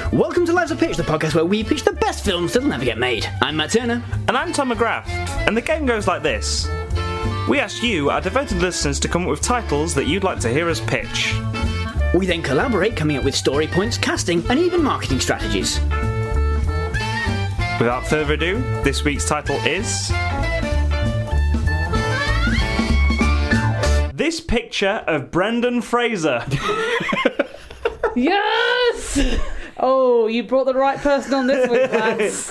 Films a Pitch, the podcast where we pitch the best films that'll never get made. I'm Matt Turner. And I'm Tom McGrath, and the game goes like this. We ask you, our devoted listeners, to come up with titles that you'd like to hear us pitch. We then collaborate, coming up with story points, casting, and even marketing strategies. Without further ado, this week's title is. This picture of Brendan Fraser. Yes! Oh, you brought the right person on this week, lads.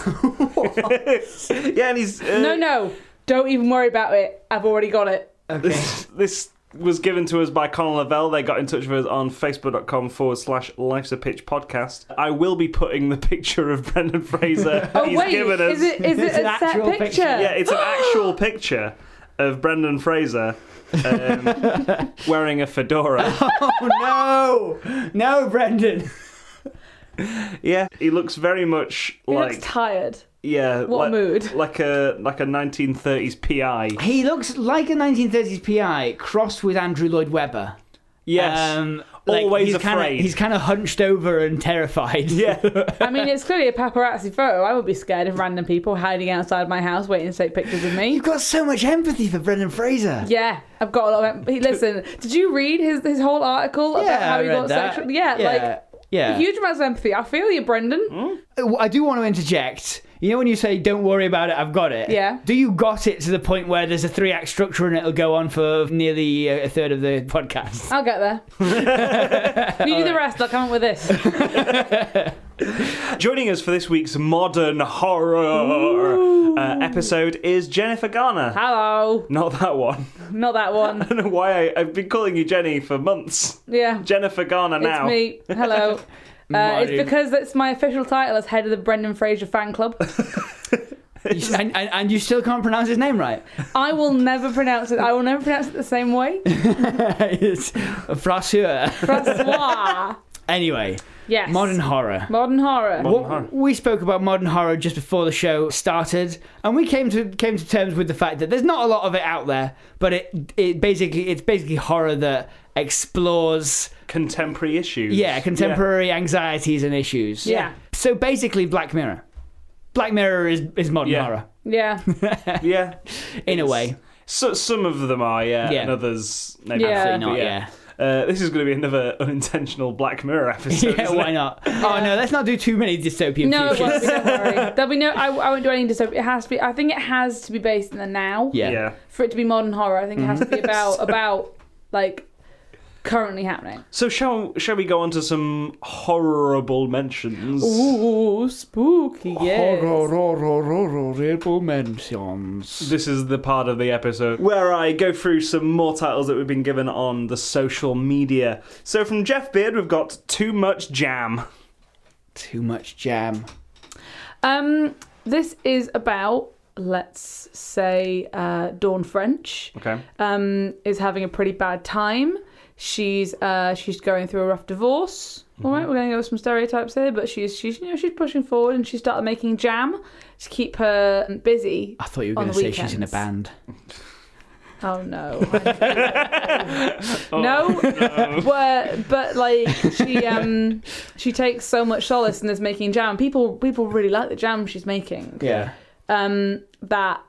yeah, and he's. Uh, No, no. Don't even worry about it. I've already got it. This, this was given to us by Conor Lavelle. They got in touch with us on facebook.com forward slash life's a pitch podcast. I will be putting the picture of Brendan Fraser Oh, he's wait. given us. Is it, is it It's an a set actual picture? picture. Yeah, it's an actual picture of Brendan Fraser um, wearing a fedora. Oh no, no, Brendan. Yeah, he looks very much He like looks tired. yeah, What like, mood? Like a like a 1930s PI. He looks like a 1930s PI crossed with Andrew Lloyd Webber. Yes. Um, Um, Always he's kinda- afraid. he's kind of hunched over and terrified. yeah. I mean, it's clearly a paparazzi photo. I would be scared of random people hiding outside my house waiting to take pictures of me. You've got so much empathy for Brendan Fraser. Yeah, I've got a lot of. He, listen, did you read his, his whole article about how I he read got that. sexual? Yeah, like. yeah. Huge amounts of empathy. I feel you, Brendan. Uh, I do want to interject. You know when you say "Don't worry about it, I've got it." Yeah. Do you got it to the point where there's a three-act structure and it'll go on for nearly uh, a third of the podcast? I'll get there. you do the rest. I'll come up with this. Joining us for this week's modern horror uh, episode is Jennifer Garner. Hello. Not that one. Not that one. I don't know why I, I've been calling you Jenny for months. Yeah. Jennifer Garner It's now. me. Hello. Uh, it's Marty. because it's my official title as head of the Brendan Fraser fan club. You- and, and, and you still can't pronounce his name right. I will never pronounce it. I will never pronounce it the same way. it's Fraser. Francois. Anyway, Yes. modern horror. Modern horror. Modern What- horror. We spoke about modern horror just before the show started, and we came to came to terms with the fact that there's not a lot of it out there, but it it basically it's basically horror that explores Contemporary issues. yeah contemporary anxieties and issues. Yeah. So basically, Black Mirror. Black Mirror is is modern Yeah. horror Yeah. Yeah. yeah. in a way. So, some of them are, yeah, Yeah. and others maybe Yeah. Absolutely but not. Yeah. Uh, this is going to be another unintentional Black Mirror Yeah. episode. isn't why it? not? Oh no, let's not do too many dystopian No, it futures. won't be. Don't worry. There'll be no. I, I won't do any dystopia. It has to be. I think it has to be based in the now. Yeah. Yeah. For it to be modern horror, I think it has to be about about like currently happening. So shall shall we go on to some horrible mentions? Ooh, spooky. Yes. Horrible mentions. This is the part of the episode where I go through some more titles that we've been given on the social media. So from Jeff Beard, we've got Too Much Jam. Too much jam. Um, this is about let's say uh, Dawn French. Okay. um, is having a pretty bad time. She's uh, she's going through a rough divorce. All right, we're going to go with some stereotypes here, but she's she's you know she's pushing forward and she started making jam to keep her um, busy. I thought you were On going to the say she's in a weekends. band. Oh no, no, but, but like she um she takes so much solace in this making jam. People people really like the jam she's making. Yeah. Um, that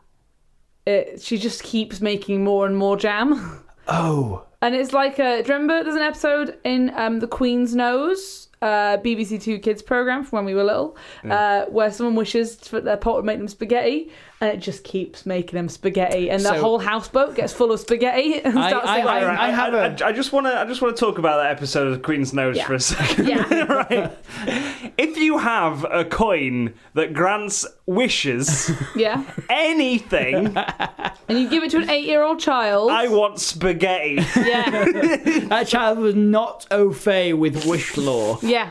it, she just keeps making more and more jam. Oh. And it's like, uh, do you remember there's an episode in um, The Queen's Nose, uh, BBC Two Kids program from when we were little, Mm. uh, where someone wishes for their pot would make them spaghetti, and it just keeps making them spaghetti, and the So- whole houseboat gets full of spaghetti and I- starts to I- like, I, have a- I- I just want to. I just want to talk about that episode of Queen's Nose Yeah. for a second. Yeah. right. If you have a coin that grants wishes, yeah. anything, And you give it to an eight-year-old child. I want spaghetti. yeah, That child was not au fait with wish law. yeah.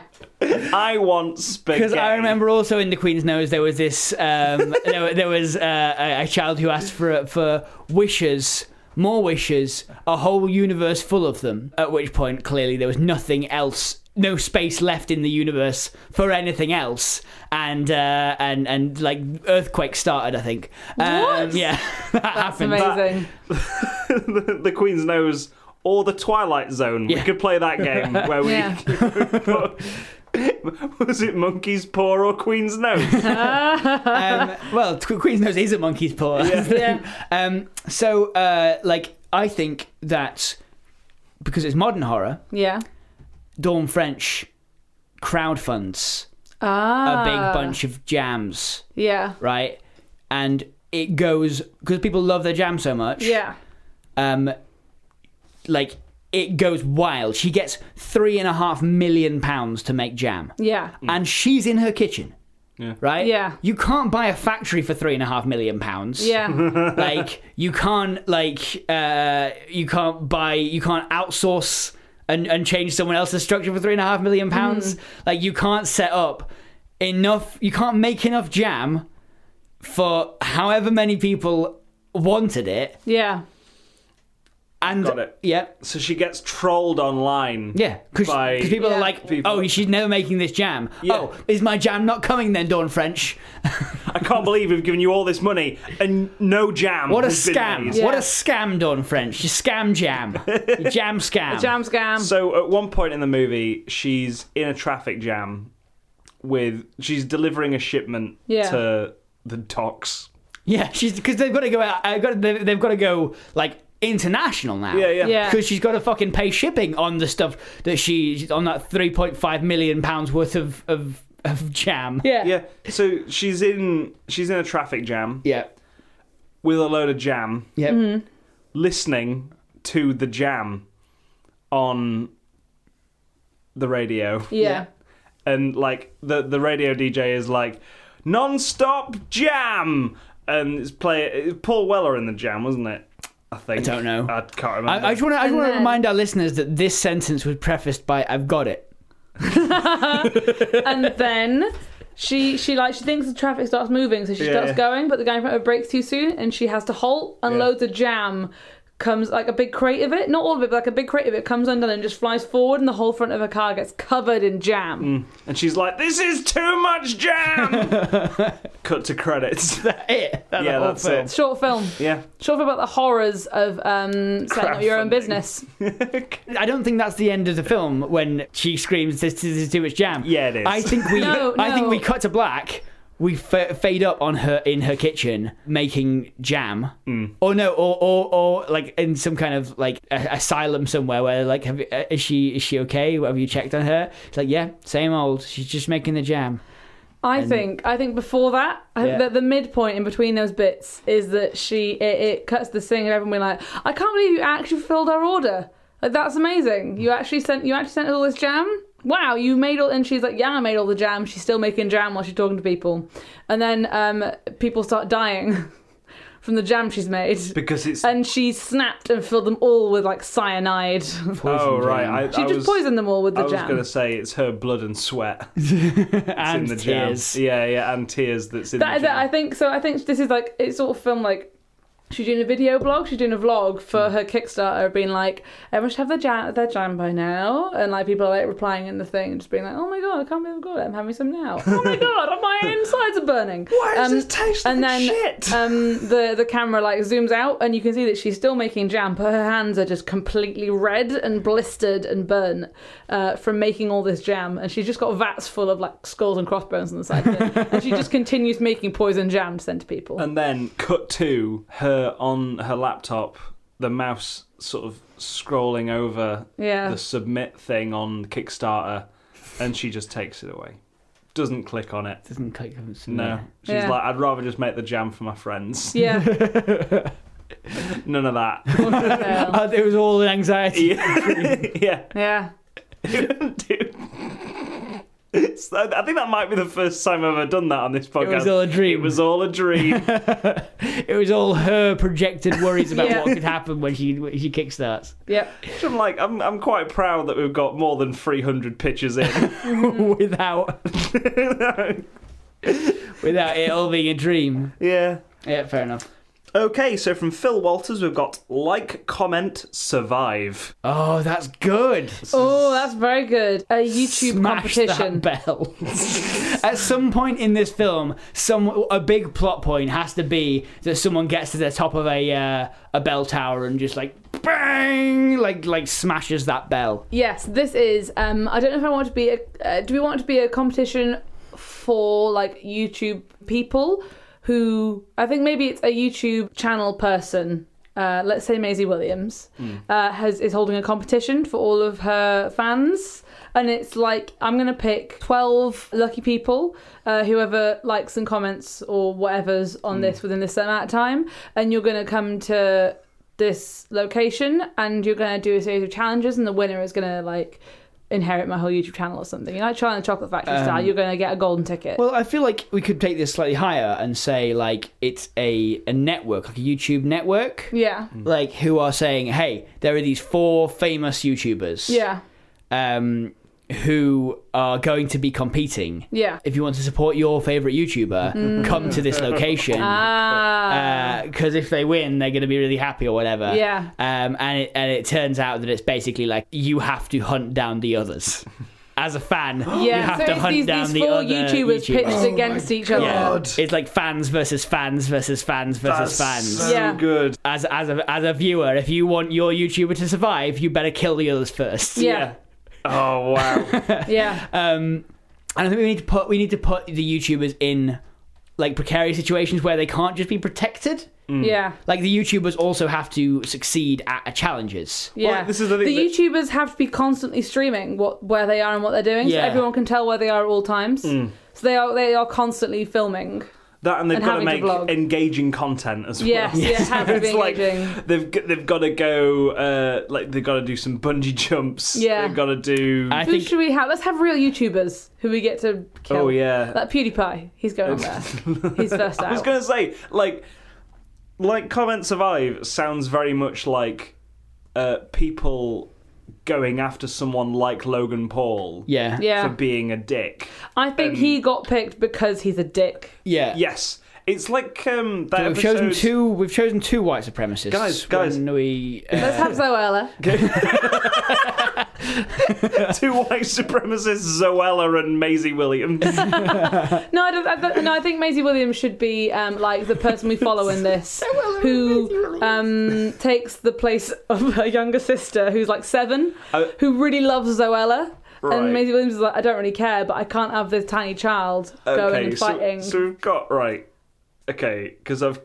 I want spaghetti. Because I remember also in the Queen's Nose there was this um, there, wa- there was uh, a, a child who asked for for wishes, more wishes, a whole universe full of them. At which point, clearly there was nothing else, no space left in the universe for anything else, and uh, and and like earthquake started. I think. Um, What? Yeah, that That's happened. amazing. the, the Queen's Nose or the Twilight Zone. We Yeah. could play that game where we Yeah. put Was it monkey's paw or queen's nose? Uh, um, well, t- Queen's Nose is a monkey's paw. Yeah. um, so, uh, like, I think that because it's modern horror, yeah. Dawn French crowdfunds Ah. a big bunch of jams, Yeah. right? And it goes because people love their jam so much. Yeah. Um, like it goes wild. She gets three and a half million pounds to make jam. Yeah. and she's in her kitchen. Yeah. Right? Mm. Yeah. You can't buy a factory for three and a half million pounds. Yeah. like you can't like uh you can't buy you can't outsource and, and change someone else's structure for three and a half Mm. million pounds. Like you can't set up enough you can't make enough jam for however many people wanted it. yeah. And Got it. yeah. So she gets trolled online. Yeah, because By- people Yeah. are like, People. oh, she's never making this jam. Yeah. Oh, is my jam not coming then, Dawn French? I can't believe we've given you all this money and no jam. What a has been scam! made. Yeah. What a scam, Don French. You scam jam. You jam scam. Jam scam. So at one point in the movie, she's in a traffic jam with she's delivering a shipment Yeah. to the docks. Yeah, she's because they've got to go out. I've got they've, they've got to go like international now. Yeah, yeah. Yeah. Because she's got to fucking pay shipping on the stuff that she on that three point five million pounds worth of of, of jam. yeah. Yeah. So she's in she's in a traffic jam Yeah. with a load of jam, Yeah. Mm-hmm. listening to the jam on the radio. Yeah. and like the the radio DJ is like non-stop jam and it's play it's Paul Weller in the jam wasn't it I think I don't know. I can't remember I, I just want to. I just And want to then- remind our listeners that this sentence was prefaced by "I've got it." And then she she like she thinks the traffic starts moving, so she Yeah, starts yeah. going, but the guy in front of her brakes too soon, and she has to halt, and Yeah. loads of jam comes like a big crate of it, not all of it, but like a big crate of it comes undone and just flies forward, and the whole front of her car gets covered in jam. and she's like this is too much jam cut to credits It. That yeah whole that's film. it Short film. Mm. yeah Short film about the horrors of um, setting up your Crowdfunding. own business. I don't think that's the end of the film when she screams, "This, this is too much jam." Yeah, it is. I think we, No, I think no. we cut to black. We f- fade up on her in her kitchen making jam, Mm. or no, or, or or like in some kind of like a- asylum somewhere where like, have, you- uh, is she is she okay? Have you checked on her? It's like, yeah, same old. She's just making the jam. I think. I think before that, I Yeah. think that the midpoint in between those bits is that she it, it cuts the singer. Everyone being like, I can't believe you actually fulfilled our order. Like that's amazing. You actually sent you actually sent all this jam. Wow, you made all. And she's like, yeah, I made all the jam. She's still making jam while she's talking to people, and then um, people start dying from the jam she's made. because it's and she snapped and filled them all with like cyanide. she oh right I, I just was, poisoned them all with I the was jam. going to say it's her blood and sweat and in the tears. jam yeah yeah and tears that's in That the is it. jam I think so. I think this is like it's sort of film like she's doing a video blog, she's doing a vlog for her Kickstarter, being like everyone should have their jam, their jam by now, and like people are like replying in the thing and just being like, oh my god, I can't believe I've got it. I'm having some now. Oh my god, my insides are burning. Why does this taste um, and like then shit? um the the camera like zooms out and you can see that she's still making jam, but her hands are just completely red and blistered and burnt uh, from making all this jam, and she's just got vats full of like skulls and crossbones on the side of it, and she just continues making poison jam to send to people. And then cut to her on her laptop, the mouse sort of scrolling over Yeah. the submit thing on Kickstarter, and she just takes it away. Doesn't click on it. Doesn't click. doesn't No. it? She's Yeah. like, I'd rather just make the jam for my friends. yeah. None of that. yeah. Uh, it was all an anxiety. yeah. Yeah. Dude. It's- I think that might be the first time I've ever done that on this podcast. It was all a dream. It was all a dream. It was all her projected worries about Yeah. what could happen when she when she kickstarts. Yep. I'm like, I'm, I'm quite proud that we've got more than 300 pictures in. Mm. without without it all being a dream. yeah. Yeah, fair enough. Okay, so from Phil Walters, we've got like, comment, survive. Oh, that's good. Oh, that's very good. A YouTube Smash competition. that bell. At some point in this film, some a big plot point has to be that someone gets to the top of a uh, a bell tower and just like bang, like like smashes that bell. Yes, this is. Um, I don't know if I want to be a. Uh, do we want to be a competition for like YouTube people who I think maybe it's a YouTube channel person. Uh, let's say Maisie Williams uh, has is holding a competition for all of her fans, and it's like I'm gonna pick twelve lucky people, uh, whoever likes and comments or whatever's on this within this amount of time, and you're gonna come to this location and you're going to do a series of challenges and the winner is going to like inherit my whole YouTube channel or something. You know, like Charlie and the Chocolate Factory style, you're going to get a golden ticket. Um, Well, I feel like we could take this slightly higher and say like it's a a network, like a YouTube network, yeah. like who are saying, hey, there are these four famous YouTubers, Yeah. um, who are going to be competing. Yeah. If you want to support your favorite YouTuber, Hmm. come to this location. Ah. because if they win, they're going to be really happy or whatever. Yeah. Um, and it, and it turns out that it's basically like you have to hunt down the others. As a fan, you yeah. have So to it's hunt these, down these the four other YouTubers pitched YouTubers. Oh against each Yeah. other. God. It's like fans versus fans versus fans versus That's fans. so Yeah. good. As as a as a viewer, if you want your YouTuber to survive, you better kill the others first. Yeah. Oh wow. Yeah. Um, and I think we need to put we need to put the YouTubers in like precarious situations where they can't just be protected. Yeah. Like the YouTubers also have to succeed at challenges. Yeah, Well, this is the thing that- YouTubers have to be constantly streaming what where they are and what they're doing, Yeah. Mm. so everyone can tell where they are at all times. So they are they are constantly filming. That and they've And got to make having to vlog. engaging content as well. Yes, yeah, have to be it's like engaging. they've g- they've got to go uh, like they've got to do some bungee jumps. Yeah. they've got to do. I Who think should we have? Let's have real YouTubers who we get to kill. oh yeah, That PewDiePie, he's going on there. He's first out. I was going to say, like, like comment survive sounds very much like uh, people going after someone like Logan Paul yeah for yeah, being a dick. I think he got picked because he's a dick. yeah Yes, it's like um, that We've episode. chosen two. We've chosen two white supremacists. Guys, guys. when we uh, Let's have Zoella. two white supremacists, Zoella and Maisie Williams. No, I don't, I don't- no, I think Maisie Williams should be um, like the person we follow in this, who um, takes the place of her younger sister, who's like seven, Oh. who really loves Zoella. Right. And Maisie Williams is like, I don't really care, but I can't have this tiny child going okay, and so, fighting. so we've got right. Okay, because I've.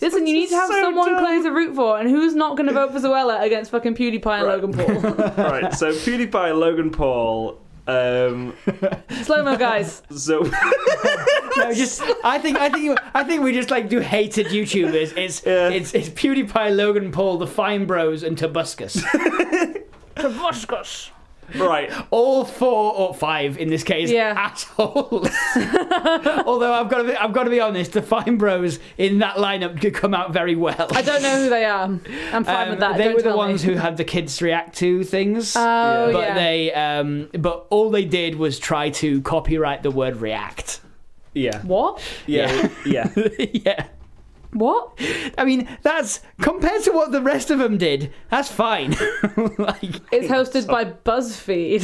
Listen, you need to have so someone dumb. clear to root for, and who's not going to vote for Zoella against fucking PewDiePie and Right. Logan Paul? right, so PewDiePie, Logan Paul, um, Slow mo, guys. so. no, just I think I think I think we just like do hated YouTubers. It's Yeah. it's it's PewDiePie, Logan Paul, the Fine Bros, and Tobuscus. Tobuscus. right, All four or five in this case, Yeah. assholes. Although I've got to be, I've got to be honest, the Fine Bros in that lineup could come out very well. I don't know who they are. I'm fine Um, with that. They don't were the tell ones me. who had the kids react to things. Oh, but yeah. they um but all they did was try to copyright the word react yeah. What? Yeah, yeah. yeah What? i mean that's compared to what the rest of them did that's fine like It's hosted by BuzzFeed.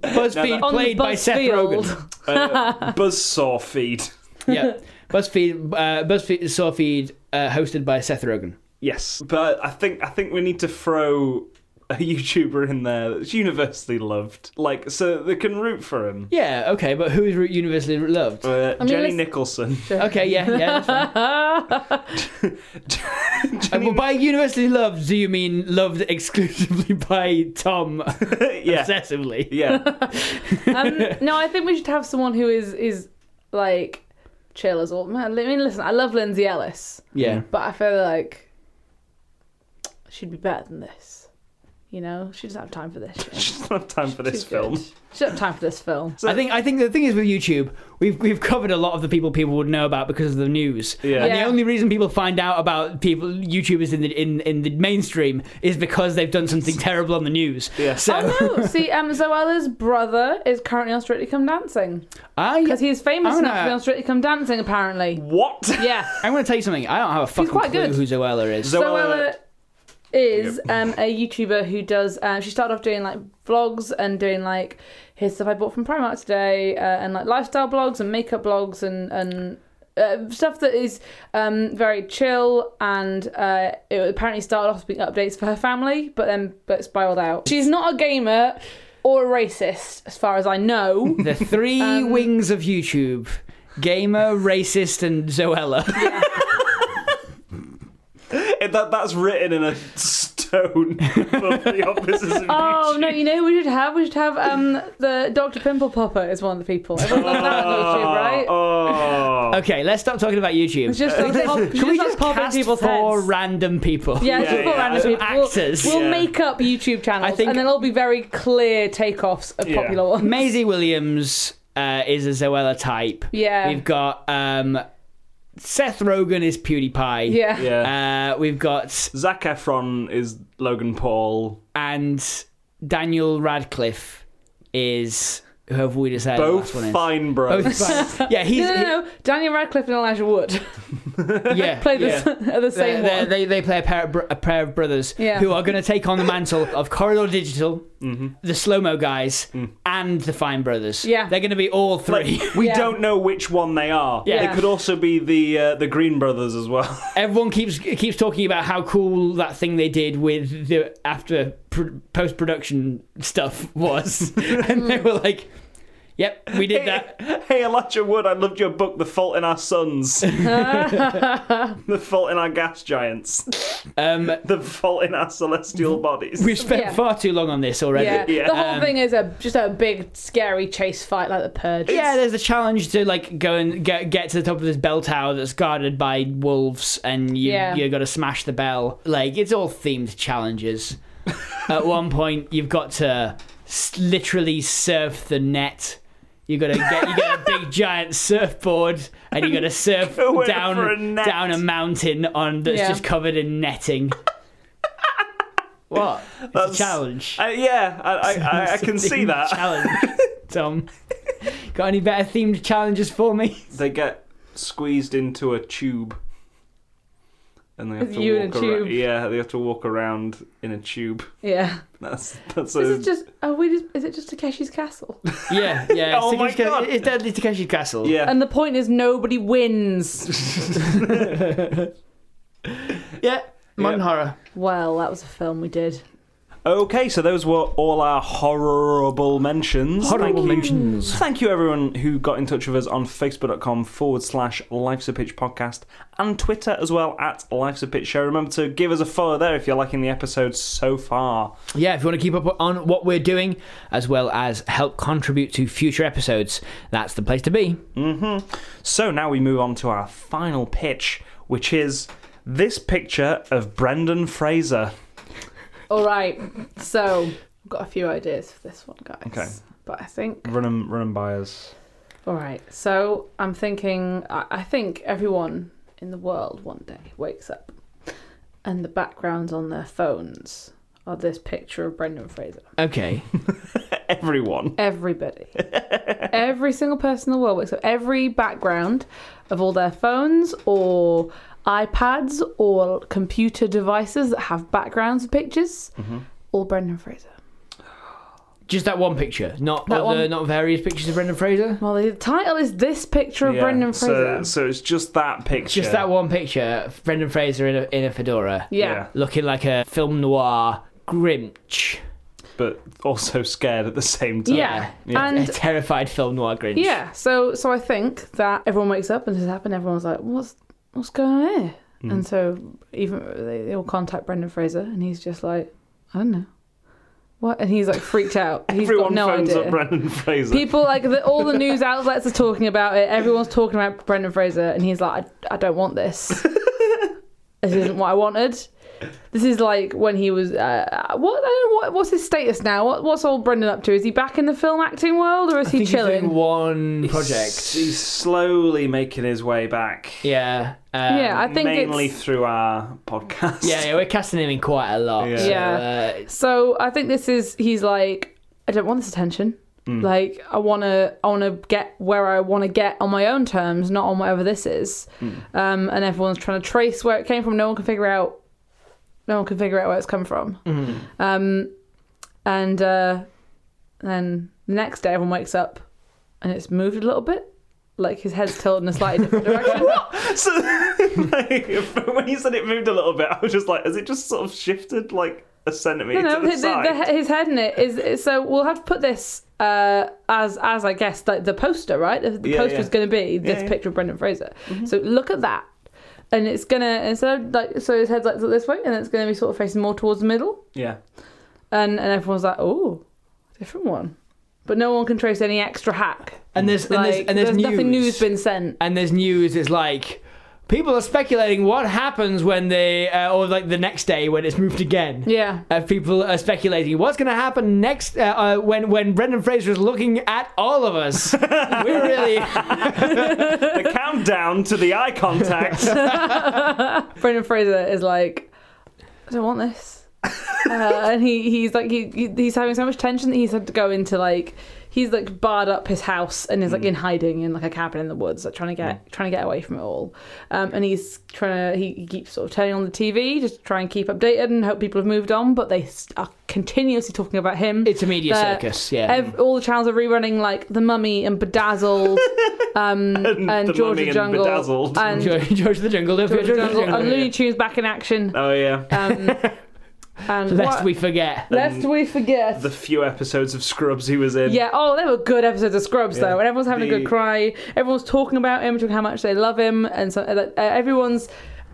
buzzfeed On the played by seth rogen Buzzfield. uh, Buzzsaw feed. yeah buzzfeed uh, buzzfeed saw feed uh, hosted by seth rogen Yes, but I think I think we need to throw a YouTuber in there that's universally loved, like so they can root for him. yeah okay but who is universally loved Uh, mean, Jenny let's- Nicholson. okay yeah yeah that's fine. Uh, well, by universally loved do you mean loved exclusively by tom yeah, obsessively yeah. um, no, I think we should have someone who is is like chill as all. Man, I mean, listen, I love Lindsay Ellis, yeah but I feel like she'd be better than this. You know, she doesn't have time for this. Shit. Just not have time for this She's good. film. She doesn't have time for this film. I think I think the thing is with YouTube, we've we've covered a lot of the people people would know about because of the news. Yeah. And the Yeah. only reason people find out about people YouTubers in the in, in the mainstream is because they've done something terrible on the news. Yeah. So Oh no! See, um, Zoella's brother is currently on Strictly Come Dancing I because he is famous I'm enough gonna- to be on Strictly Come Dancing, apparently. What? Yeah. I'm going to tell you something. I don't have a fucking quite clue good. who Zoella is. Zoella- So Ella is um, a YouTuber who does. Um, she started off doing like vlogs and doing like here's stuff I bought from Primark today, uh, and like lifestyle blogs and makeup blogs and and uh, stuff that is um, very chill and uh, it apparently started off being updates for her family, but then but spiraled out. She's not a gamer or a racist, as far as I know. The three Um, wings of YouTube: gamer, racist, and Zoella. It- that, that's written in a stone above the offices of Oh YouTube. no! You know who we should have? We should have um the Doctor Pimple Popper is one of the people. Everyone loves that on YouTube, right? Oh. Okay, let's stop talking about It's YouTube. just like pop, Can we like just pop in cast people's four heads. random people? yeah, Yeah, just four yeah. random Some people. We'll- actors. We'll, Yeah. make up YouTube channels, I think- and then it'll be very clear takeoffs of Yeah. popular ones. Maisie Williams uh, is a Zoella type. Yeah. We've got um, Seth Rogen is PewDiePie. yeah. Yeah. Uh, we've got Zac Efron is Logan Paul. and Daniel Radcliffe is whoever we decided Oh, the Both last one is. fine bros. Both fine. yeah, he's No, no, no, Daniel Radcliffe and Elijah Wood he- yeah. play the, Yeah. are the They- same they- one. They, they play a pair of, br- a pair of brothers Yeah. who are going to take on the mantle of Corridor Digital, Mm-hmm. the Slow Mo guys, and the Fine Brothers. Yeah. they're going to be all three. Like, Mm. we Yeah. don't know which one they are. Yeah. They could also be the uh, the Green Brothers as well. Everyone keeps keeps talking about how cool that thing they did with the after pr- post production stuff was, and they were like, "Yep, we did that." hey, Elijah Wood, I loved your book, The Fault in Our Sons. the Fault in Our Gas Giants. Um, The Fault in Our Celestial Bodies. we've spent Yeah. far too long on this already. yeah. Yeah. the whole Um, thing is a just a big scary chase fight like the Purge. Yeah, there's a challenge to like go and get, get to the top of this bell tower that's guarded by wolves, and you Yeah. you got to smash the bell. Like it's all themed challenges. At one point, you've got to s- literally surf the net. You gotta get you get a big giant surfboard, and you gotta surf Go in down for a net. down a mountain on that's Yeah. just covered in netting. what? It's That's- a challenge. Uh, yeah, I, I, I, I can It's a see themed that. Challenge, Tom. Got any better themed challenges for me? They get squeezed into a tube. And they have With to you in walk a arou- tube. Yeah, they have to walk around in a tube. yeah. That's that's This a, is just are we just is it just Takeshi's Castle? Yeah, yeah. Oh it's my Takeshi Ca- God. It's Deadly Takeshi Castle. yeah. and the point is nobody wins. Yeah. Modern Yeah. horror. Well, that was a film we did. Okay, so those were all our horrible mentions. Thank you. mentions. Thank you, everyone who got in touch with us on facebook.com forward slash Life's a Pitch podcast and Twitter as well at Life's a Pitch show. Remember to give us a follow there if you're liking the episode so far. Yeah, if you want to keep up on what we're doing, as well as help contribute to future episodes, that's the place to be. Mm-hmm. So now we move on to our final pitch, which is this picture of Brendan Fraser. All right, so I've got a few ideas for this one, guys. Okay. But I think Run him, run him by us. all right. So I'm thinking. I, I think everyone in the world one day wakes up, and the backgrounds on their phones are this picture of Brendan Fraser. Okay. Everyone. Everybody, every single person in the world wakes up. Every background of all their phones or iPads or computer devices that have backgrounds of pictures, all Brendan Fraser. Just that one picture, not That other, one. not various pictures of Brendan Fraser. Well, the title is "This Picture of Yeah, Brendan so, Fraser." so it's just that picture. Just that one picture, of Brendan Fraser in a, in a fedora, yeah. yeah. looking like a film noir Grinch, But also scared at the same time. Yeah. a and terrified film noir Grinch. yeah. So so I think that everyone wakes up and this has happened. Everyone's like, "What's what's going on here?" Mm. And so even they, they all contact Brendan Fraser, and he's just like, "I don't know." What? And he's like freaked out. He's Everyone got no phones idea. up Brendan Fraser. People like the, all the news outlets are talking about it. Everyone's talking about Brendan Fraser, and he's like, I, I don't want this. this isn't what I wanted. This is like when he was. Uh, what, I don't know, what? What's his status now? What, what's old Brendan up to? Is he back in the film acting world, or is I he think he's doing chilling? one He's, project. he's slowly making his way back. Yeah. Um, yeah, I think mainly it's. through our podcast. Yeah, yeah, we're casting him in quite a lot. Yeah. so, Yeah. uh, So I think this is. He's like, I don't want this attention. Like I wanna, I wanna get where I wanna get on my own terms, not on whatever this is. Um, and everyone's trying to trace where it came from. No one can figure out. No one can figure out where it's come from. Um, and uh, then the next day, everyone wakes up, and it's moved a little bit, like his head's tilted in a slightly different direction. So, like, when you said it moved a little bit, I was just like, has it just sort of shifted like a centimeter to No, no, the, his, the, side? the, his head in it is- is. So we'll have to put this uh, as, as I guess, like the poster, right? The, the Yeah, poster yeah. is going to be this yeah. Mm-hmm. picture of Brendan Fraser. So look at that, and it's gonna instead of like so his head's like this way, and it's going to be sort of facing more towards the middle, Yeah. and and everyone's like, oh, different one, but no one can trace any extra hack. And there's and there's Like, and there's, news. nothing new's been sent. and there's news it's like people are speculating what happens when they uh, or like the next day when it's moved again Yeah. uh, people are speculating what's going to happen next uh, uh, when when Brendan Fraser is looking at all of us. We're really The countdown to the eye contact. Brendan Fraser is like, I don't want this. uh, and he, he's like he, he- he's having so much tension that he's had to go into like he's like barred up his house and is like in hiding in like a cabin in the woods like trying to get trying to get away from it all um, and he's trying to he, he keeps sort of turning on the TV just to try and keep updated and hope people have moved on but they s- are continuously talking about him it's a media They're- circus. Yeah, ev- all the channels are rerunning like The Mummy and Bedazzled um, and, The Georgia Mummy and Jungle Bedazzled. and George, George the Jungle. Don't forget Georgia George, the Jungle Jungle. and Looney Tunes back in action oh yeah. um, and Lest what- we forget. lest we forget. The few episodes of Scrubs he was in. yeah, oh, they were good episodes of Scrubs Yeah. though, and everyone's having a The- good cry. Everyone's talking about him, talking how much they love him, and so uh, uh, everyone's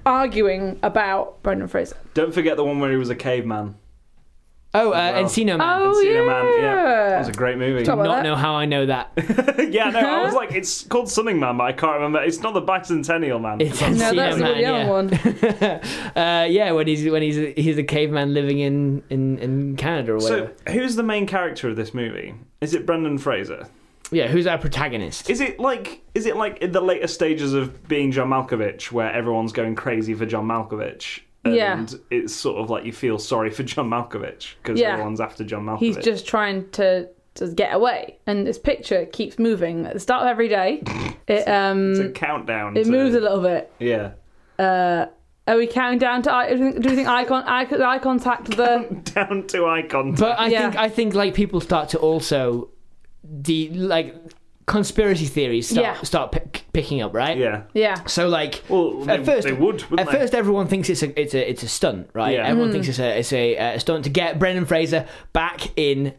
arguing about Brendan Fraser. Don't forget the one where he was a caveman. Oh, uh, Wow. Encino Man. Oh Encino yeah, Man, yeah. That was a great movie. Top- Do about not that. know how I know that. yeah, no, I was like, it's called Something Man, but I can't remember. It's not the Bicentennial Man. It's no, Encino that's the Man. Woody Allen yeah. one. uh, yeah, when he's when he's a, he's a caveman living in, in, in Canada or whatever. So, who's the main character of this movie? Is it Brendan Fraser? yeah, who's our protagonist? Is it like is it like in the later stages of being John Malkovich, where everyone's going crazy for John Malkovich? And Yeah. it's sort of like you feel sorry for John Malkovich because Yeah. everyone's after John Malkovich. He's just trying to. To get away, and this picture keeps moving. At the start of every day, it it's a um countdown. it to- moves a little bit. Yeah, Uh, are we counting down to? Eye, do you think- do you think eye, con- eye, eye contact? The down to icon. But I Yeah. think I think like people start to also the like conspiracy theories start Yeah. start pick, picking up, right? yeah. yeah, So like Well, they, at first they would. Wouldn't at they? first everyone thinks it's a it's a it's a stunt, right? Yeah. Everyone Hmm. thinks it's a it's a, uh stunt to get Brendan Fraser back in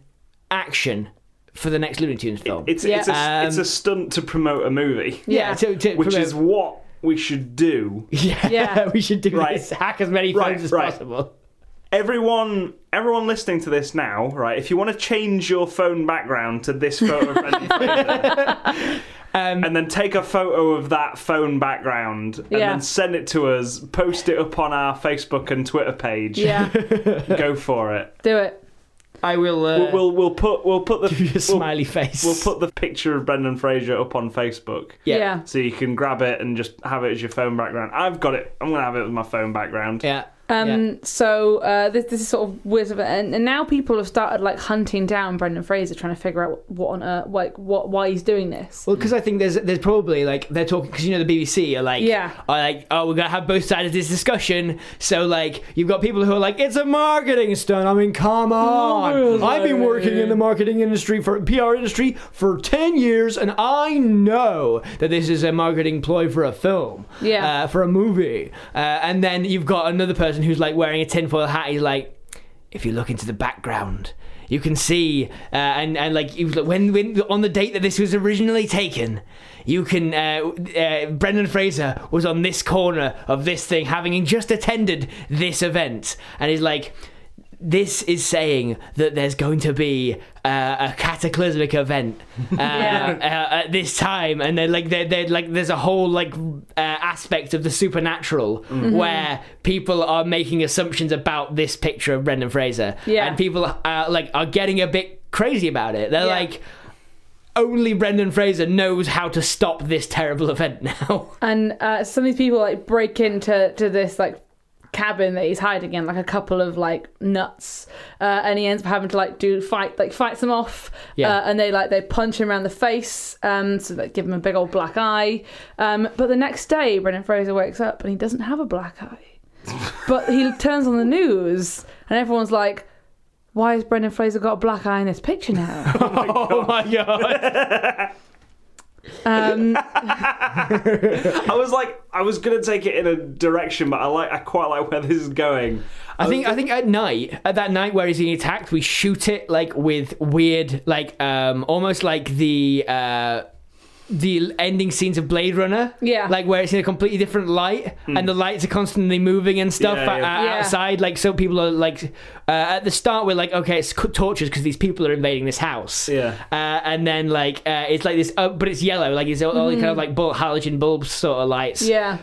action for the next Looney Tunes film. it's Yeah. it's, a, it's Um, a stunt to promote a movie, Yeah. to, to which promote- is what we should do. yeah, Yeah. we should do Right. this hack as many Right, films as right. possible. everyone everyone listening to this now, right, if you want to change your phone background to this photo of Brendan Fraser, Um, and then take a photo of that phone background and Yeah. then send it to us, post it up on our Facebook and Twitter page. yeah, Go for it. do it. I will. Uh, We'll, we'll we'll put we'll put give you a the we'll, smiley face. we'll put the picture of Brendan Fraser up on Facebook. Yeah. Yeah. So you can grab it and just have it as your phone background. I've got it. I'm gonna have it with my phone background. yeah. Um. Yeah. So uh, this this is sort of weird, stuff, and, and now people have started like hunting down Brendan Fraser, trying to figure out what on earth, like what why he's doing this. Well, because I think there's there's probably like they're talking because you know the BBC are like Yeah. are like oh we're gonna have both sides of this discussion so like you've got people who are like it's a marketing stunt I mean come on really? I've been working in the marketing industry for PR industry for ten years and I know that this is a marketing ploy for a film Yeah. uh, for a movie uh, and then you've got another person who's like wearing a tinfoil hat he's like if you look into the background, you can see uh, and and like you when when on the date that this was originally taken, you can uh, uh, Brendan Fraser was on this corner of this thing, having just attended this event, and he's like. This is saying that there's going to be uh, a cataclysmic event uh, uh, at this time, and then like they're, they're like there's a whole like uh, aspect of the supernatural Mm-hmm. where people are making assumptions about this picture of Brendan Fraser, Yeah. and people are, like are getting a bit crazy about it. They're Yeah. like, only Brendan Fraser knows how to stop this terrible event now. And uh, some of these people like break into to this like cabin that he's hiding in, like a couple of like nuts, uh, and he ends up having to like do fight like fights them off. Yeah. Uh, and they like they punch him around the face, um, so that give him a big old black eye. Um, but the next day, Brendan Fraser wakes up and he doesn't have a black eye. but he turns on the news, and everyone's like. Why Oh has Brendan Fraser got a black eye in this picture now? oh my god! Um, I was like, I was gonna take it in a direction, but I like, I quite like where this is going. I think I think at night, at that night where he's being attacked, we shoot it like with weird, like um, almost like the uh, the ending scenes of Blade Runner. Yeah. like where it's in a completely different light, and the lights are constantly moving and stuff Hmm. Yeah, uh, yeah. uh, Yeah. outside. Like so, people are like, uh, at the start we're like, okay, it's tortures because these people are invading this house. Yeah. uh, and then like uh, it's like this, uh, but it's yellow. Like it's all, Hmm. all kind of like bul- halogen bulb sort of lights. yeah.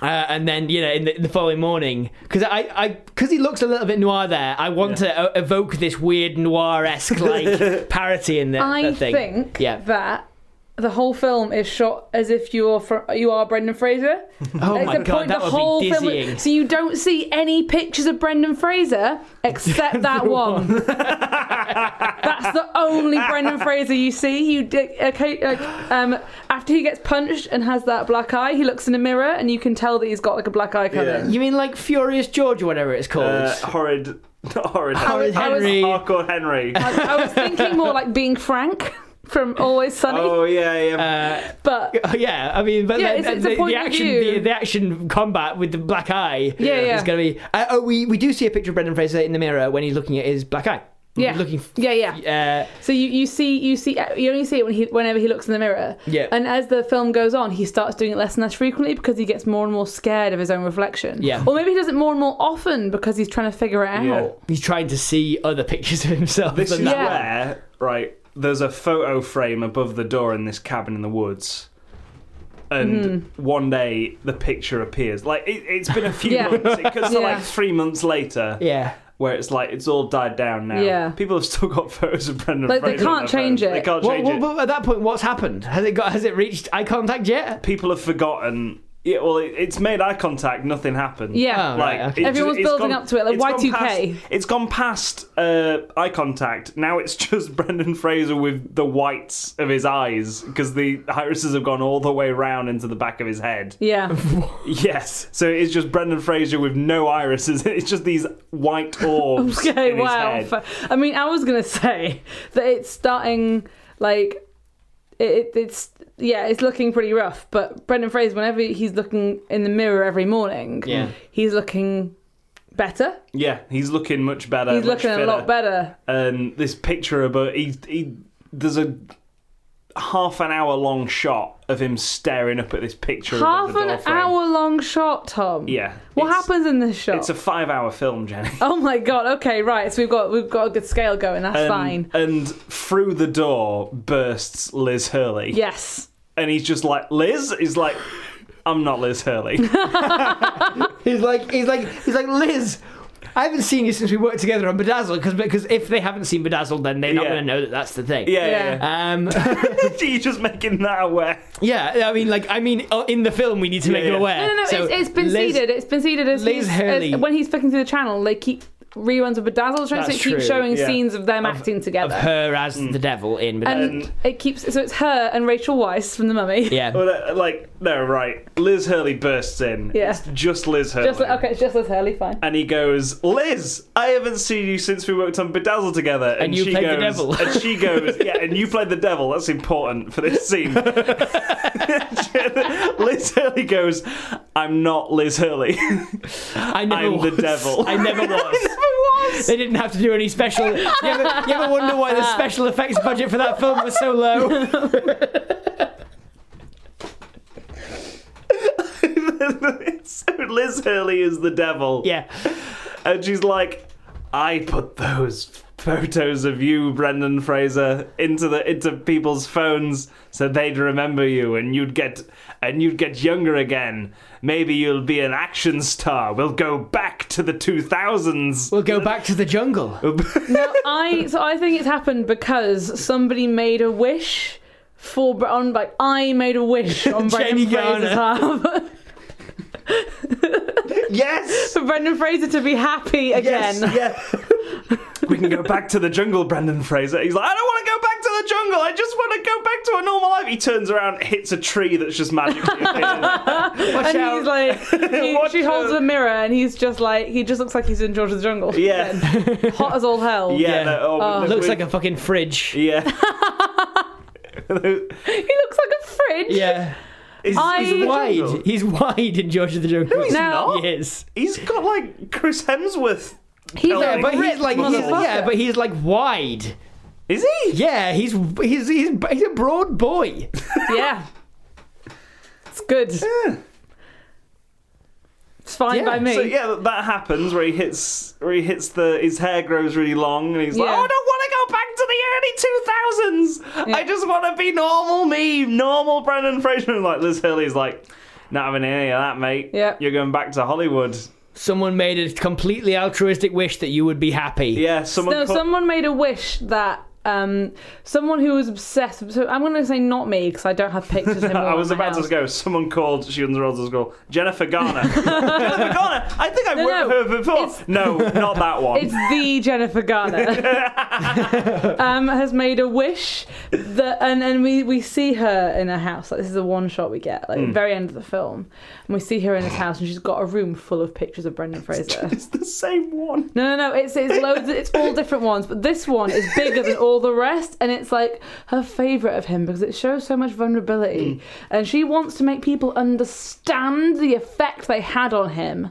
Uh, and then you know, in the, the following morning, because I, I, because he looks a little bit noir there, I want to uh, evoke this weird noir-esque like parody in the, I that thing. think yeah. that the whole film is shot as if you're fr- you are Brendan Fraser. Oh At my the god, point, that the would whole be film- dizzying. so you don't see any pictures of Brendan Fraser except that one. That's the only Brendan Fraser you see. You di- okay, like, um, after he gets punched and has that black eye, he looks in a mirror and you can tell that he's got like a black eye coming. Yeah. You mean like Furious George or whatever it's called? Uh, horrid, not horrid, Horrid Hor- Henry. hardcore Henry. I, I was thinking more like being Frank from Always Sunny, oh yeah, yeah. Uh, but oh, yeah, I mean, but Yeah, then- it's- it's a the, the point of action, view. the, the action combat with the black eye, Yeah, yeah. is gonna be. Uh, oh, we we do see a picture of Brendan Fraser in the mirror when he's looking at his black eye. yeah, looking. yeah, yeah. Uh, So you, you see you see uh, you only see it when he whenever he looks in the mirror. Yeah. And as the film goes on, he starts doing it less and less frequently because he gets more and more scared of his own reflection. Yeah. Or maybe he does it more and more often because he's trying to figure it out. Yeah. he's trying to see other pictures of himself. This than is that. Yeah. where, right, there's a photo frame above the door in this cabin in the woods. And one day the picture appears. Like, it, it's been a few Yeah. months. It cuts to Yeah. like three months later, Yeah. where it's like, it's all died down now. Yeah. People have still got photos of Brendan Like, they Fraser on can't their change phones. it. They can't Well, change well, it. but at that point, what's happened? Has it got? Has it reached eye contact yet? People have forgotten. Yeah, well, it, it's made eye contact, nothing happened. Yeah. Oh, Right, Like okay. it ju- Everyone's it's building up to it, like it's gone Y2K. past- it's gone past uh, eye contact. Now it's just Brendan Fraser with the whites of his eyes because the irises have gone all the way round into the back of his head. Yeah. Yes, so it's just Brendan Fraser with no irises. It's just these white orbs Okay, in his wow. head. F- I mean, I was gonna say that it's starting like it, it- it's yeah, it's looking pretty rough. But Brendan Fraser, whenever he's looking in the mirror every morning, Yeah. he's looking better. Yeah, he's looking much better. He's much looking a lot fitter. better. and this picture about he he there's a half an hour long shot of him staring up at this picture. above Half the an door frame. hour long shot, Tom. Yeah. What It's- happens in this shot? It's a five hour film, Jenny. oh my god. Okay, right. So we've got we've got a good scale going. That's Um, And, fine. Um, And through the door bursts Liz Hurley. Yes. And he's just like, Liz? He's like, I'm not Liz Hurley. He's like, he's like, he's like, Liz. I haven't seen you since we worked together on Bedazzled because because if they haven't seen Bedazzled, then they're not Yeah. going to know that that's the thing. yeah, yeah. Um. yeah. You're just making that aware. yeah. I mean, like, I mean, uh, in the film, we need to make Yeah, them yeah. aware. No, no, no. uh, So it's, it's been Liz- seeded. It's been seeded as, Liz he's, Hurley- as when he's flicking through the channel. They keep reruns of Bedazzled, trying so That's it keeps true, showing yeah. scenes of them Of- acting Of together. her as Hmm. the devil in Bedazzled. and it keeps so it's her and Rachel Weisz from The Mummy. yeah. But, uh, like, no, right. Liz Hurley bursts in. Yeah. It's just Liz Hurley. Just like, okay, it's just as Hurley, fine. And he goes, Liz, I haven't seen you since we worked on Bedazzled together. And, you she played the goes, devil. And she goes, yeah, and you played the devil. That's important for this scene. Liz Hurley goes, I'm not Liz Hurley. I never I'm the was. devil. I never was. They didn't have to do any special. You ever, you ever wonder why the special effects budget for that film was so low? so Liz Hurley is the devil. Yeah. And she's like, I put those photos of you, Brendan Fraser, into the into people's phones so they'd remember you and you'd get and you'd get younger again. Maybe you'll be an action star. We'll go back to the two thousands. We'll go back to the jungle. No, I so I think it's happened because somebody made a wish for Br- on like I made a wish on Jenny Brendan Fraser's half Yes! for Brendan Fraser to be happy again. Yes, yeah. we can go back to the jungle, Brendan Fraser. He's like, I don't want to go back to the jungle. I just want to go back to a normal life. He turns around, hits a tree that's just magically appeared. Watch And out. he's like, he, Watch she holds out. a mirror, and he's just like, he just looks like he's in George of the Jungle. Yeah. hot as all hell. Yeah, Yeah. no, oh, Looks we- like a fucking fridge. yeah. he looks like a fridge. Yeah. He's, I- he's the Wide. Joker. He's wide in George the Joker. No, he's No. not. He is. He's got like Chris Hemsworth. He's a Yeah, but he's ripped like he's, motherfucker. yeah, but he's like wide. Is he? Yeah, he's he's he's, he's a broad boy. Yeah. It's good. It's fine Yeah, by me. So yeah, that- that happens where he hits where he hits the his hair grows really long and he's like, Yeah. oh, I don't want to go back to the early two thousands. Yeah. I just want to be normal me, normal Brendan Fraser. And like Liz Hurley's like, not having any of that, mate. Yeah. you're going back to Hollywood. Someone made a completely altruistic wish that you would be happy. Yeah, someone. No, cut- someone made a wish that um, someone who was obsessed. So I'm going to say not me because I don't have pictures. Of him I all was in my about house. to go. Someone called. She runs around the school. Jennifer Garner. Jennifer Garner. I think I've No, worked no, with her before. it's- No, not that one. It's the Jennifer Garner. um, has made a wish that, and, and we, we see her in her house. Like this is the one shot we get, like the very end of the film, and we see her in his house, and she's got a room full of pictures of Brendan Fraser. It's the same one. No, no, no. It's it's loads. It's all different ones, but this one is bigger than all the rest, and it's like her favorite of him because it shows so much vulnerability, Mm. and she wants to make people understand the effect they had on him,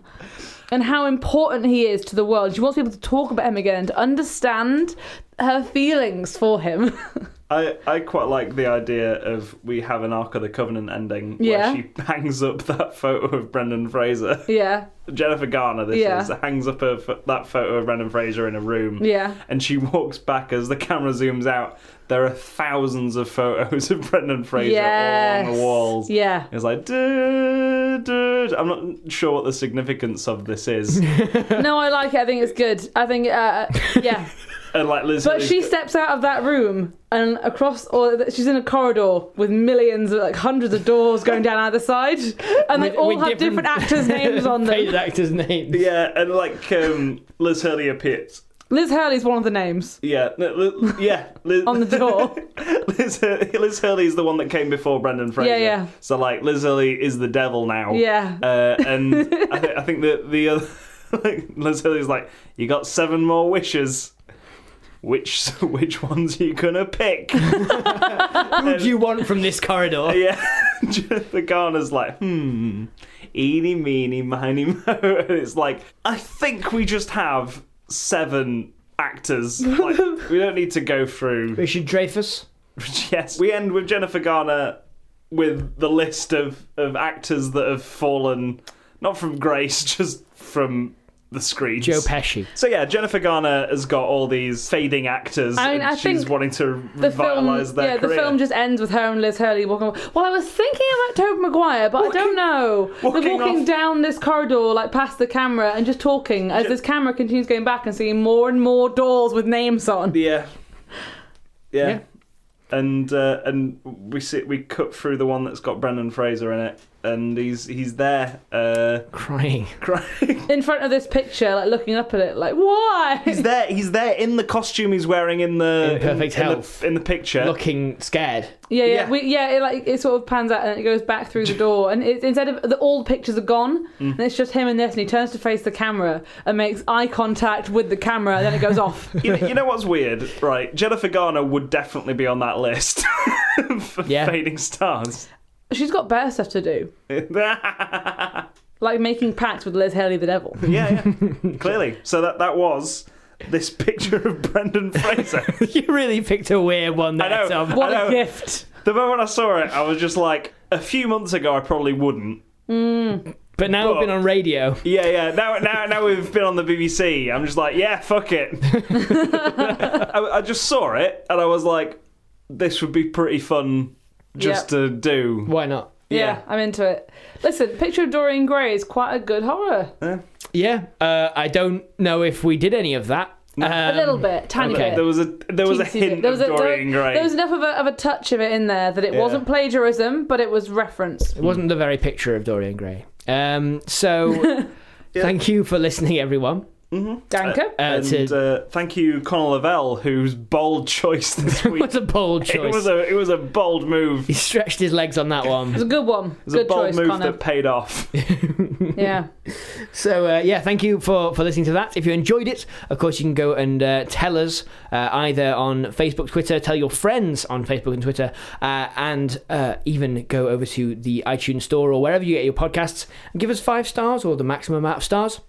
and how important he is to the world. She wants people to talk about him again, to understand her feelings for him. I, I quite like the idea of we have an Ark of the Covenant ending Yeah. where she hangs up that photo of Brendan Fraser. yeah, Jennifer Garner, this Yeah. is, hangs up her, ph- that photo of Brendan Fraser in a room. Yeah. And she walks back as the camera zooms out. There are thousands of photos of Brendan Fraser all on Yes. the walls. Yeah. It's like, duh, duh. I'm not sure what the significance of this is. no, I like it. I think it's good. I think, uh, yeah. and like Liz But Hurley's she got- steps out of that room and across, or she's in a corridor with millions, of, like hundreds of doors going down either side, and they With- all with have different, actors' names on Paid them. actors' names. Yeah, and like um, Liz Hurley appears. Liz Hurley's one of the names Yeah, no, li- yeah. Liz, on the door. Liz, Hur- Liz Hurley is the one that came before Brendan Fraser. Yeah, yeah. So like Liz Hurley is the devil now. Yeah. Uh, and I, th- I think that the other like, Liz Hurley's like, you got seven more wishes. Which which ones are you gonna pick? Who do you want from this corridor? yeah. the Garner's like, hmm. Eeny meeny miny mo. And it's like, I think we just have seven actors. Like, we don't need to go through. Richard Dreyfuss. Yes. We end with Jennifer Garner with the list of, of actors that have fallen, not from grace, just from the screens. Joe Pesci. So yeah, Jennifer Garner has got all these fading actors. I mean, and I she's think wanting to The film, revitalize their yeah, the career. film just ends with her and Liz Hurley walking. Well, I was thinking about Tobey Maguire, but I don't know. They're walking walking off- down this corridor, like past the camera, and just talking as this camera continues going back and seeing more and more doors with names on. Yeah. Yeah. Yeah. And uh, and we sit we cut through the one that's got Brendan Fraser in it and he's he's there uh Crying. crying. in front of this picture, like looking up at it, like why? he's there he's there in the costume he's wearing in the In perfect in, health. in the, in the picture. Looking scared. yeah, yeah, yeah. We, yeah. It like it sort of pans out and it goes back through the door, and it, instead of the all the pictures are gone, and it's just him and this, and he turns to face the camera and makes eye contact with the camera, and then it goes off. you, you know what's weird, right? Jennifer Garner would definitely be on that list for Yeah. fading stars. She's got better stuff to do, yeah, like making pacts with Liz Haley, the devil. yeah, clearly. So that that was this picture of Brendan Fraser. You really picked a weird one there, I know. Tom. What I a know. gift! The moment I saw it, I was just like, a few months ago, I probably wouldn't. But now we've been on radio. Yeah, yeah. Now, now, now we've been on the BBC. I'm just like, yeah, fuck it. I, I just saw it and I was like, this would be pretty fun just Yeah. to do. Why not? Yeah, Yeah. I'm into it. Listen, picture of Dorian Gray is quite a good horror. Yeah. Uh, I don't know if we did any of that. a little bit, tiny Um, okay. bit. There was a there was a teensy bit. hint There was of a- there- Dorian Gray. There was enough of a, of a touch of it in there that it wasn't plagiarism, but it was reference. It wasn't the very picture of Dorian Gray. Um, so, thank you for listening, everyone. Danker. Uh, and to, uh, thank you, Conor Lavelle, whose bold choice this week. what's a bold It choice? was a it was a bold move. he It stretched his legs on that one. it was a good one. was Good a bold choice, move Connor. that paid off. yeah. So uh, yeah, thank you for, for listening to that. If you enjoyed it, of course you can go and uh, tell us uh, either on Facebook, Twitter, tell your friends on Facebook and Twitter, uh, and uh, even go over to the iTunes store or wherever you get your podcasts and give us five stars or the maximum amount of stars.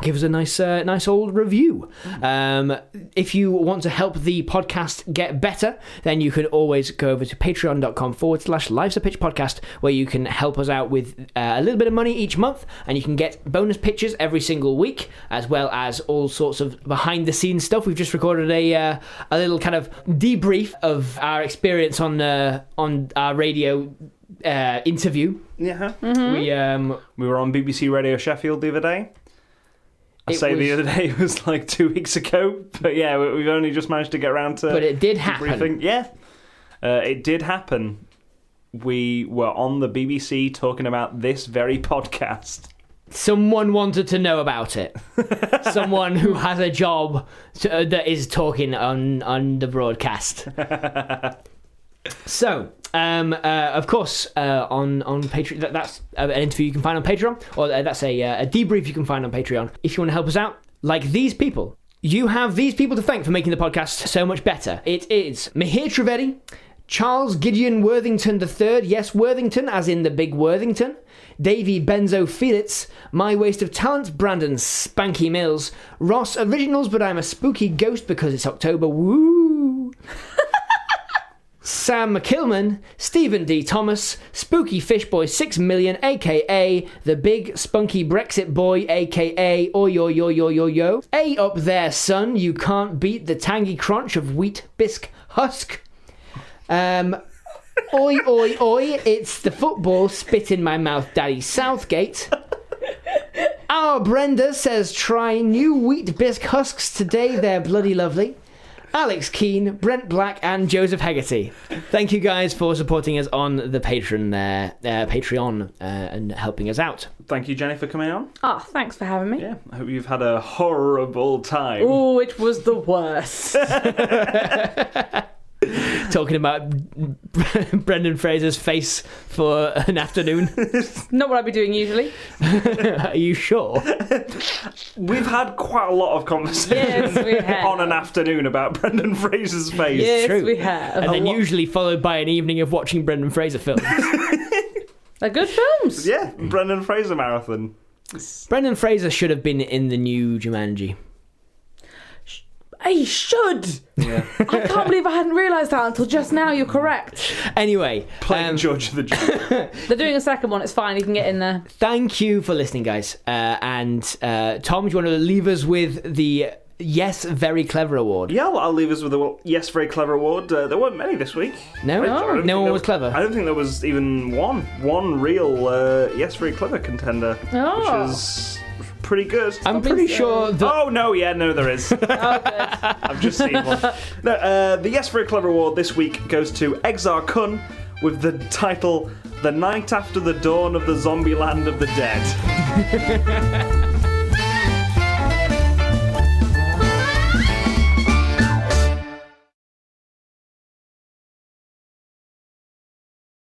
Give us a nice, uh, nice old review. Um, if you want to help the podcast get better, then you can always go over to patreon.com forward slash Life's a Pitch podcast, where you can help us out with uh, a little bit of money each month, and you can get bonus pitches every single week, as well as all sorts of behind the scenes stuff. We've just recorded a uh, a little kind of debrief of our experience on uh, on our radio uh, interview. Yeah, We um, we were on BBC Radio Sheffield the other day. I It say the was- other day was like two weeks ago, but yeah, we- we've only just managed to get around to. but it did happen. Briefing. Yeah, uh, it did happen. We were on the BBC talking about this very podcast. someone wanted to know about it. someone who has a job to, uh, that is talking on on the broadcast. so. Um, uh, of course, uh, on on Patreon, that, that's uh, an interview you can find on Patreon, or uh, that's a, uh, a debrief you can find on Patreon. If you want to help us out, like these people, you have these people to thank for making the podcast so much better. It is Mihir Trivedi, Charles Gideon Worthington III, yes, Worthington, as in the big Worthington, Davy Benzo Felix, My Waste of Talent, Brandon Spanky Mills, Ross Originals, but I'm a spooky ghost because it's October, woo! Sam McKillman, Stephen D. Thomas, Spooky Fish Boy 6 million, aka The Big Spunky Brexit Boy, aka Oi Yo Yo Yo Yo Yo. A up there, son, you can't beat the tangy crunch of wheat bisque husk. Um, oi, oi, oi, it's the football spit in my mouth, Daddy Southgate. Our Brenda says try new wheat bisque husks today, they're bloody lovely. Alex Keane, Brent Black, and Joseph Hegarty. Thank you guys for supporting us on the Patreon there, uh, Patreon, uh, and helping us out. Thank you, Jenny, for coming on. Ah, thanks for having me. Yeah, I hope you've had a horrible time. Oh, it was the worst. Talking about Brendan Fraser's face for an afternoon. Not what I'd be doing usually. Are you sure? We've had quite a lot of conversations Yes, we have. on an afternoon about Brendan Fraser's face. Yes, true. we have. And then lot. usually followed by an evening of watching Brendan Fraser films. They're good films. Yeah, Brendan Fraser marathon. Brendan Fraser should have been in the new Jumanji. I should. Yeah. I can't believe I hadn't realised that until just now. You're correct. Anyway, Playing um, George of the Jungle. They're doing a second one. It's fine. You can get in there. thank you for listening, guys. Uh, and uh, Tom, do you want to leave us with the Yes, Very Clever Award? yeah, well, I'll leave us with a well, yes, very clever award. Uh, there weren't many this week. No, I don't no, think no one there- was clever. I don't think there was even one one real uh, yes, very clever contender, Oh. which is pretty good. I'm pretty Obviously. sure that Oh no! Yeah, no, there is. Oh, good. I've just seen one. No, uh, the Yes Very Clever Award this week goes to Exar Kun with the title "The Night After the Dawn of the Zombie Land of the Dead."